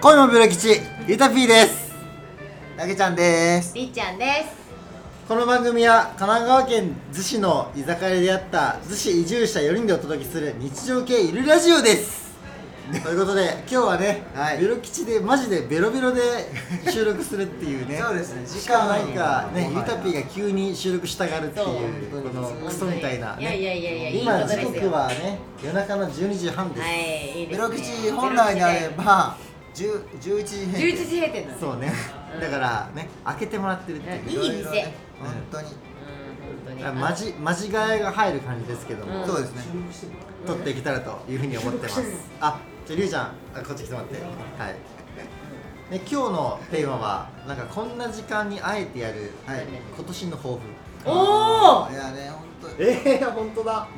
恋のブロ吉ゆたぴーですあげちゃんですりっちゃんですこの番組は神奈川県逗子の居酒屋で出会った逗子移住者4人でお届けする日常系いるラジオですということで今日はね、ベロ吉でマジでベロベロで収録するっていう ねそうですね時しか間もなないんかねもゆはやたぴーが急に収録したがるっていそううこのクソみたいな、ね、いやいやいやいやいいこ今と時ですよ刻はね夜中の12時半です、はいいいでベす、ね、ロ吉本来であれば10 11ベ時ロ吉閉店11時閉店なのそうね、うんだからね開けてもらってるっていいう、いいろいろね店本当にうん本当あにマジマジ替えが入る感じですけども、うんそうですね撮っていけたらというふうに思ってます、あじゃありゅうちゃんあこっち来てもらってはいで今日のテーマはなんかこんな時間にあえてやる、はい今年の抱負おいやね本当にええ本当だ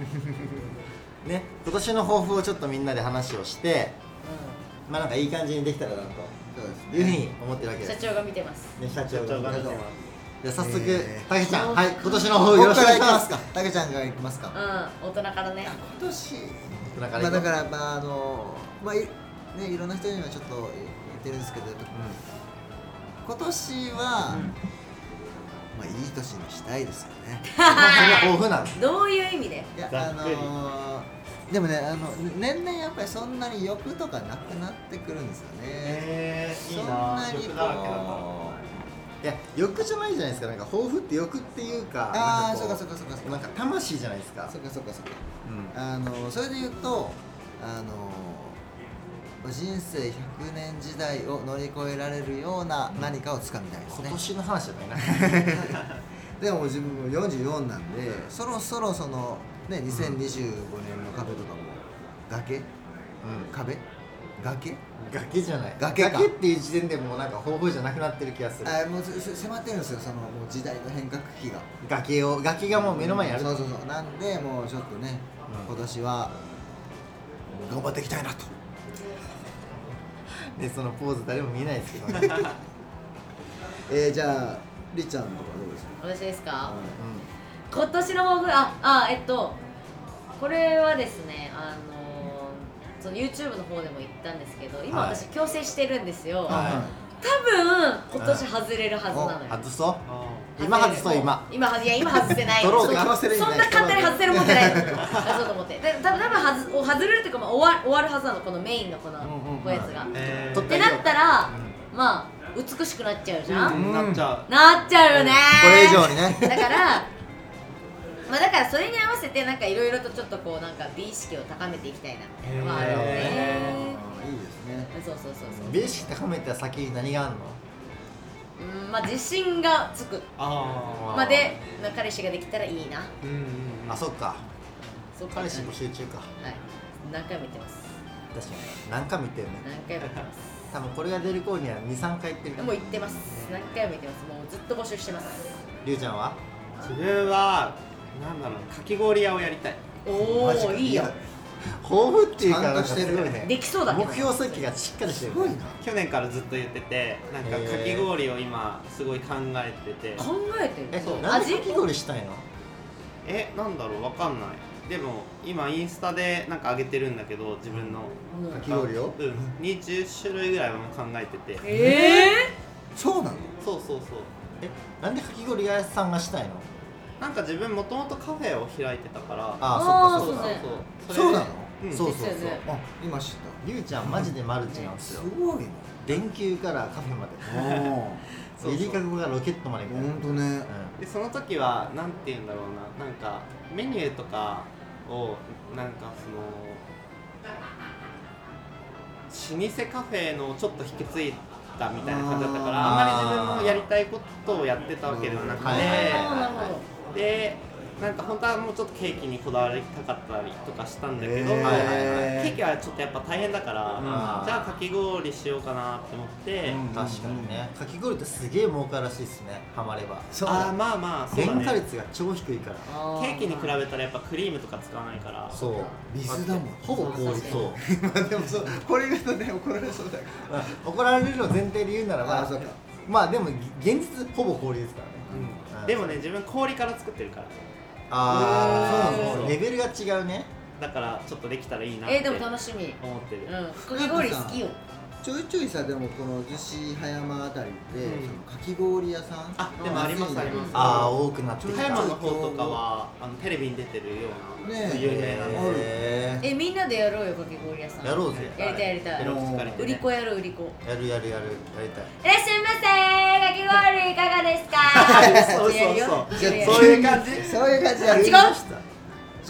ね今年の抱負をちょっとみんなで話をしてお、まあなんかいい感じにできたらなそうでというふすうねに思ってるわけで社す長が見てますね、社長が長がじゃあ早速、えーたけちゃん、はい、今年の抱負よ僕ろしくかお願いらしいきまますすかたけちゃんからいきますうんか大人からね今年だかまあだからまああのまあい,、ね、いろんな人にはちょっと言ってるんですけどやっぱ今年は、まあいい年にしたいですよねうん、それが抱負なんですどういう意味でいやざあっくりのーでもねあの年々やっぱりそんなに欲とかなくなってくるんですよね、えー、いそいんななに曲こだらけだからいや、欲じゃないじゃないですか、なんか抱負って欲っていうかあなあーそんうかこそうかそうかそうなかんか魂じゃないですかそうかそうかそうかうんあのそれで言うとあの人生100年時代を乗り越えられるような何かをつかみたいです今ね、年の話じゃないな でも自分も44なんでそろそろそのね2025年の壁とかも崖うん壁崖崖じゃない崖か崖っていう時点でもうなんか抱負じゃなくなってる気がするあもうせせ迫ってるんですよそのもう時代の変革期が崖を、崖がもう目の前にあるそうそうそうなんでもうちょっとね、うん今年は頑張っていきたいな とで、そのポーズ誰も見えないですけどね うんえー、じゃありっちゃんとかどうですか私ですか、は今年の抱負ああえっとこれはですねあのその YouTube の方でも言ったんですけど今はい私矯正してるんですよ、はい多分今年外れるはずなのよ、外そうあ今外そう、今今外いや今外せない取ろうとそ外せるそんな簡単に外せるもんじゃないの外そうと思ってで多分多分外外れるっていうか、まあ、終わ終わるはずなのこのメインのこのうんうんこうやつが、ーえー、撮っっててなったら、うまあ美しくなっちゃうじゃん、なっちゃうなっちゃうよねこれ以上にねだからまあだからそれに合わせてなんかいろいろとちょっとこうなんか美意識を高めていきたいなみたいなのはあるのでへいいいですねそうそうそうそう美意識高めた先に何があんのうんまあ自信がつくあまでまあ彼氏ができたらいいなーうんうんあ、そっかそうか彼氏募集中かはい何回も言ってます確かに何回も言ってるね何回も言ってます多分これが出る頃には23回言ってるもう行ってます。何回も行ってます。もうずっと募集してます。りゅうちゃんは自分はなんだろうかき氷屋をやりたいおマジお、かいいよ。抱負っていうかちゃんなんかとしてするごいねできそうだけど。目標設計がしっかりしてるすごいな去年からずっと言っててなんかへーかき氷を今すごい考えてて考えてる。えそうなんでかき氷したいのえなんだろうわかんないでも今インスタでなんか上げてるんだけど自分のうんかき氷をうん20種類ぐらいはもう考えててえそうなのそうそうそうえなんでかき氷屋さんがしたいのなんか自分もともとカフェを開いてたからあああーそっかそっかそうねそうそうなのれでそううんそうそうですよねあ今知ったりゅうちゃんマジでマルチなんですすよごいね電球からカフェまでおおそうそう入りかごがロケットまでみたいなほんとねでその時はなんて言うんだろうななんかメニューとかをなんかその老舗カフェのちょっと引き継いだみたいな感じだったからあーあんまり自分のやりたいことをやってたわけではなくて、はいはいはいー、なるほど。でなんか本当はもうちょっとケーキにこだわりたかったりとかしたんだけど、へーはいはいはいケーキはちょっとやっぱ大変だから、んじゃあかき氷しようかなって思って、うんうん確かにねかき氷ってすげえ儲からしいですねハマればそうあだーまあまあそう原だね価率が超低いからあケーキに比べたらやっぱクリームとか使わないからそう水だもんほぼ氷そうまあでもそうこれ言うとね怒られそうだか怒られるの前提で言うならば あそうかまあでも現実ほぼ氷ですからねうんでもね自分氷から作ってるからあうあんそうなのレベルが違うねだからちょっとできたらいいなっえてー、でも楽しみ。思ってるうん。かき氷好きよ。らちょいちょいさでもこの逗子葉山あたりで、うんそのかき氷屋さんあでもありますありますああ多くなってき葉た山の方とかはあのテレビに出てるようなねえ有名なのでへーえみんなでやろうよかき氷屋さんやろうぜやりたいやりたいペロッと疲れて売りね子やろう売り子やるやるやるやりたいいらっしゃいませかき氷いかがですかそうそうそうやるよじゃあやるよそういう感じそういう感じだ違うちょ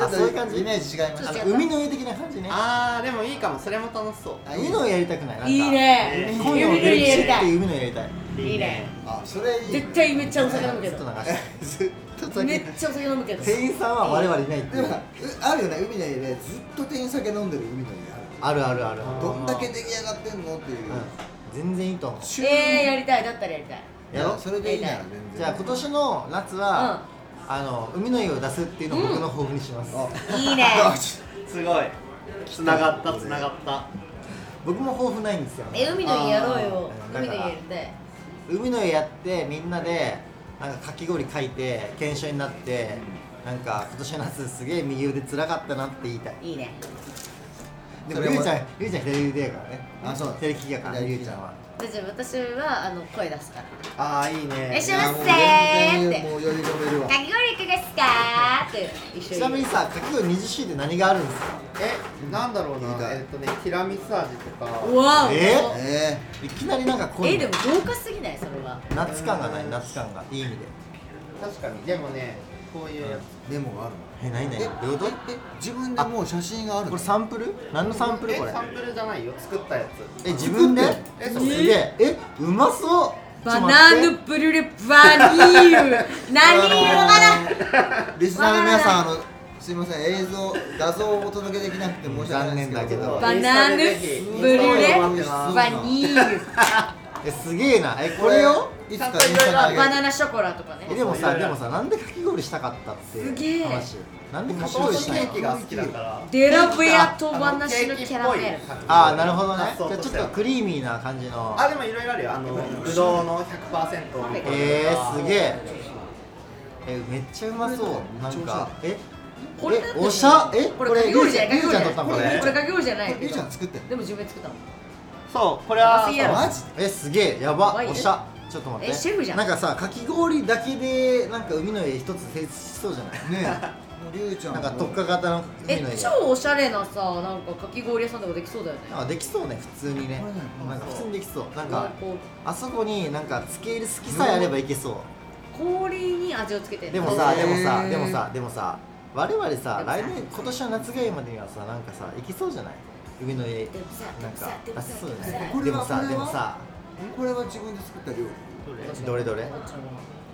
っあそういう感とじイメージ違いましちょたあっとの海の家的な感じねあーでもいいかもそれも楽しそうあ海の家やりたくないなんかいいね今夜の海の家やりったいていう海の家やりたいいいねあそれいい絶対めっちゃお酒飲むけずっ とど流してずっと酒めっちゃお酒飲むけ ど店員さんは我々いないっていでうもさうあるよね海の家でずっと店員酒飲んでる海の家あるあるあるあるあーどんだけ出来上がってんのっていう、うん全然いいと思う中えー、やりたいだったらやりたいやろうそれでいいなら全然じゃあ今年の夏は、あの海の家を出すっていうのを僕の抱負にします、あいいねあちょっすごいつながったつながった僕も抱負ないんですよえ海の家やろうよあー海の家やり海の家やってみんなでなんかかき氷書いて検証になってなんか今年の夏すげえ右腕つらかったなって言いたいたいいいねでそもれりゅもうちゃんりゅうちゃん左腕やからねあそう左利きやからね左りゅ利うきちゃんは大丈夫私はあの声出すから「あーいいいらっねしとゃいませ」いやもう全って然もう呼び込めるわかき氷いかがですか?」って一緒ちなみににさかき氷 20C って何があるんですかえなんだろういいなかいえっとねティラミス味とかうわえもうえいきなりなんか濃えいでのも豪華すぎないそれは夏感がない夏感がいい意味で確かにでもねこういうやつーメモがあるのえないないえどういうことええ自分でもう写真があるのこれサンプル何のサンプルえこれサンプルじゃないよ作ったやつえ自分でえすそげうええうまそうちょっとバナ待ナってブルレ バニーユ何色かななリスナーの皆さんあのすいません映像画像をお届けできなくて申し訳ないんですけど残念だけどバナナブルレバニーユえすげえなえこれをいつかインスタにバ上げナるナショコラとかねえでもいやさいやでもさなんでかき氷したかったってすげえ話なんでかもきとも氷としケたいーキのが好きだからデラブヤとバナシのキャラメルああなるほどね発じゃ想あちとしょてっはとクリーミーな感じのあでもいろいろあるよあのぶどうの100%のえー、すげええめっちゃうまそうなんめっちゃかえこれだってえおしゃえこれかき氷じゃないりゅうちゃんりゅうちゃん撮ったのここれれこれかき氷じゃないりゅうちゃん作ってんでも自分で作ったのそうこれは甘すぎやろマジえすげえややばばいねおしゃちょっと待ってえシェフじゃんなんかさかき氷だけでなんか海の家一つ成立しそうじゃないねえもうりゅうちゃんなもんか特化型の海えの家超おしゃれなさなんかかき氷屋さんとかできそうだよねなんかできそうね普通にねこれねなんか普通にできそうなんなんかかこうあそこになんか付け入れ好きさえあればいけそう氷に味をつけてんでのもさへーでもさでもさでもさ我々さでもさ来年今年の夏ぐらいまでにはさなんかさ行きそうじゃない海の家でもさなんかで出もしさそうじゃでもなさいでもさこれはこでもされはこれは自分で作った料理どれどれ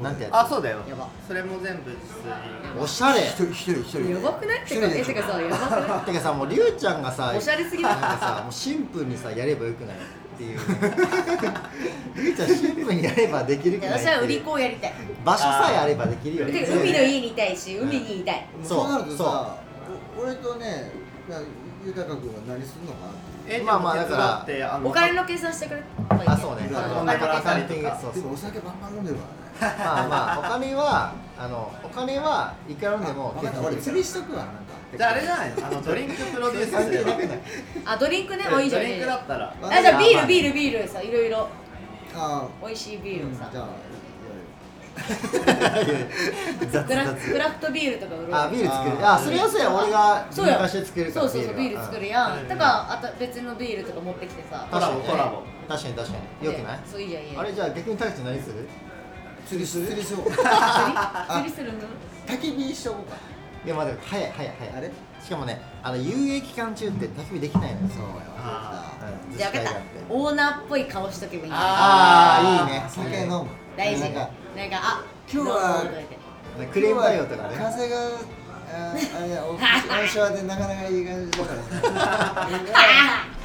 なんてやあそうだよやばそれも全部実際つおしゃれ一人一人一人やばくないってかえてかさやばくなてかさもうりゅうちゃんがさいおしゃれす ぎなんかださもうシンプルにさやればよくないっていう りゅうちゃんシンプルにやればできるくないって私いうは売り子をや りたい場所さえあればできるよてねか海の家にいたいし海にいたいそうそうなるとさお俺とねな豊君は何するのかなってえまあまあだから手伝ってあのお金の計算してくれあそうねあお金のお金の計計算算的的ににそうそでうもお酒バンバン飲んでるからねまあまあお金はあのお金はいくらでも計分かった算で俺きる釣りしとくわなんかじゃああれじゃないのあのドリンクプロデュースすればあドリンクねおいいじゃドんリンクだったらああじゃあビールビールビールさいろいろあ美味しいービールをじゃさあやる雑クラ雑クラフトビールとか売ろうあビール作るあそれはそうや俺がそうや昔作るかそらうそうそうビールは作るうんやうんんだからあた別のビールとか持ってきてさコラボコラボ確かに確かによくないねそういいじゃんいいじゃあんれじゃあ逆にタクチ何する釣りする釣りしよう釣り釣りするの焚き火しとこうかいやまあでも早い早い早いあれしかもねあの遊泳期間中って焚き火できないのよそうやあわうんじゃあ自治体分かったがってオーナーっぽい顔しとけばいいああいいねお酒飲む大事ななんんかかあ今日はどうぞどうぞクレーム対応とかね今日は風があーあれだおお正月でなかなかいい感じだからさ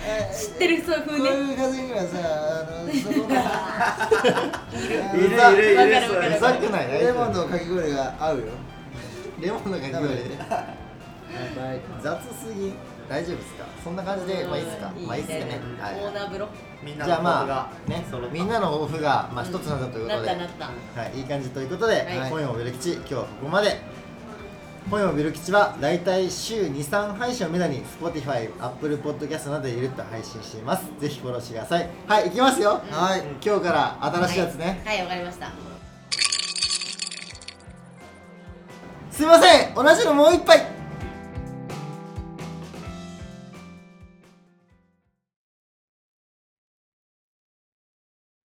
えー知ってるそういうこう風ねいう風にはさあのそこいるいるあのいるわかるわかるうざくないレモンのかき氷が合うよレモンのかき食氷べでて雑すぎ大丈夫ですかそんな感じでまあいいですかうんまあいいですかねうんはいオーナー風呂みんなじゃのあ方まがあね揃ったみんなの抱負がまあ一つなんだということでなったなったはいいい感じということでい今夜もベル吉今日はここまでポエムビル吉はだいたい週23配信をめどに Spotify、Apple Podcast などでゆるっと配信していますぜひフォローしてくださいはい行きますよ、はい今日から新しいやつね、はいわ、かりましたすいません同じのもう一杯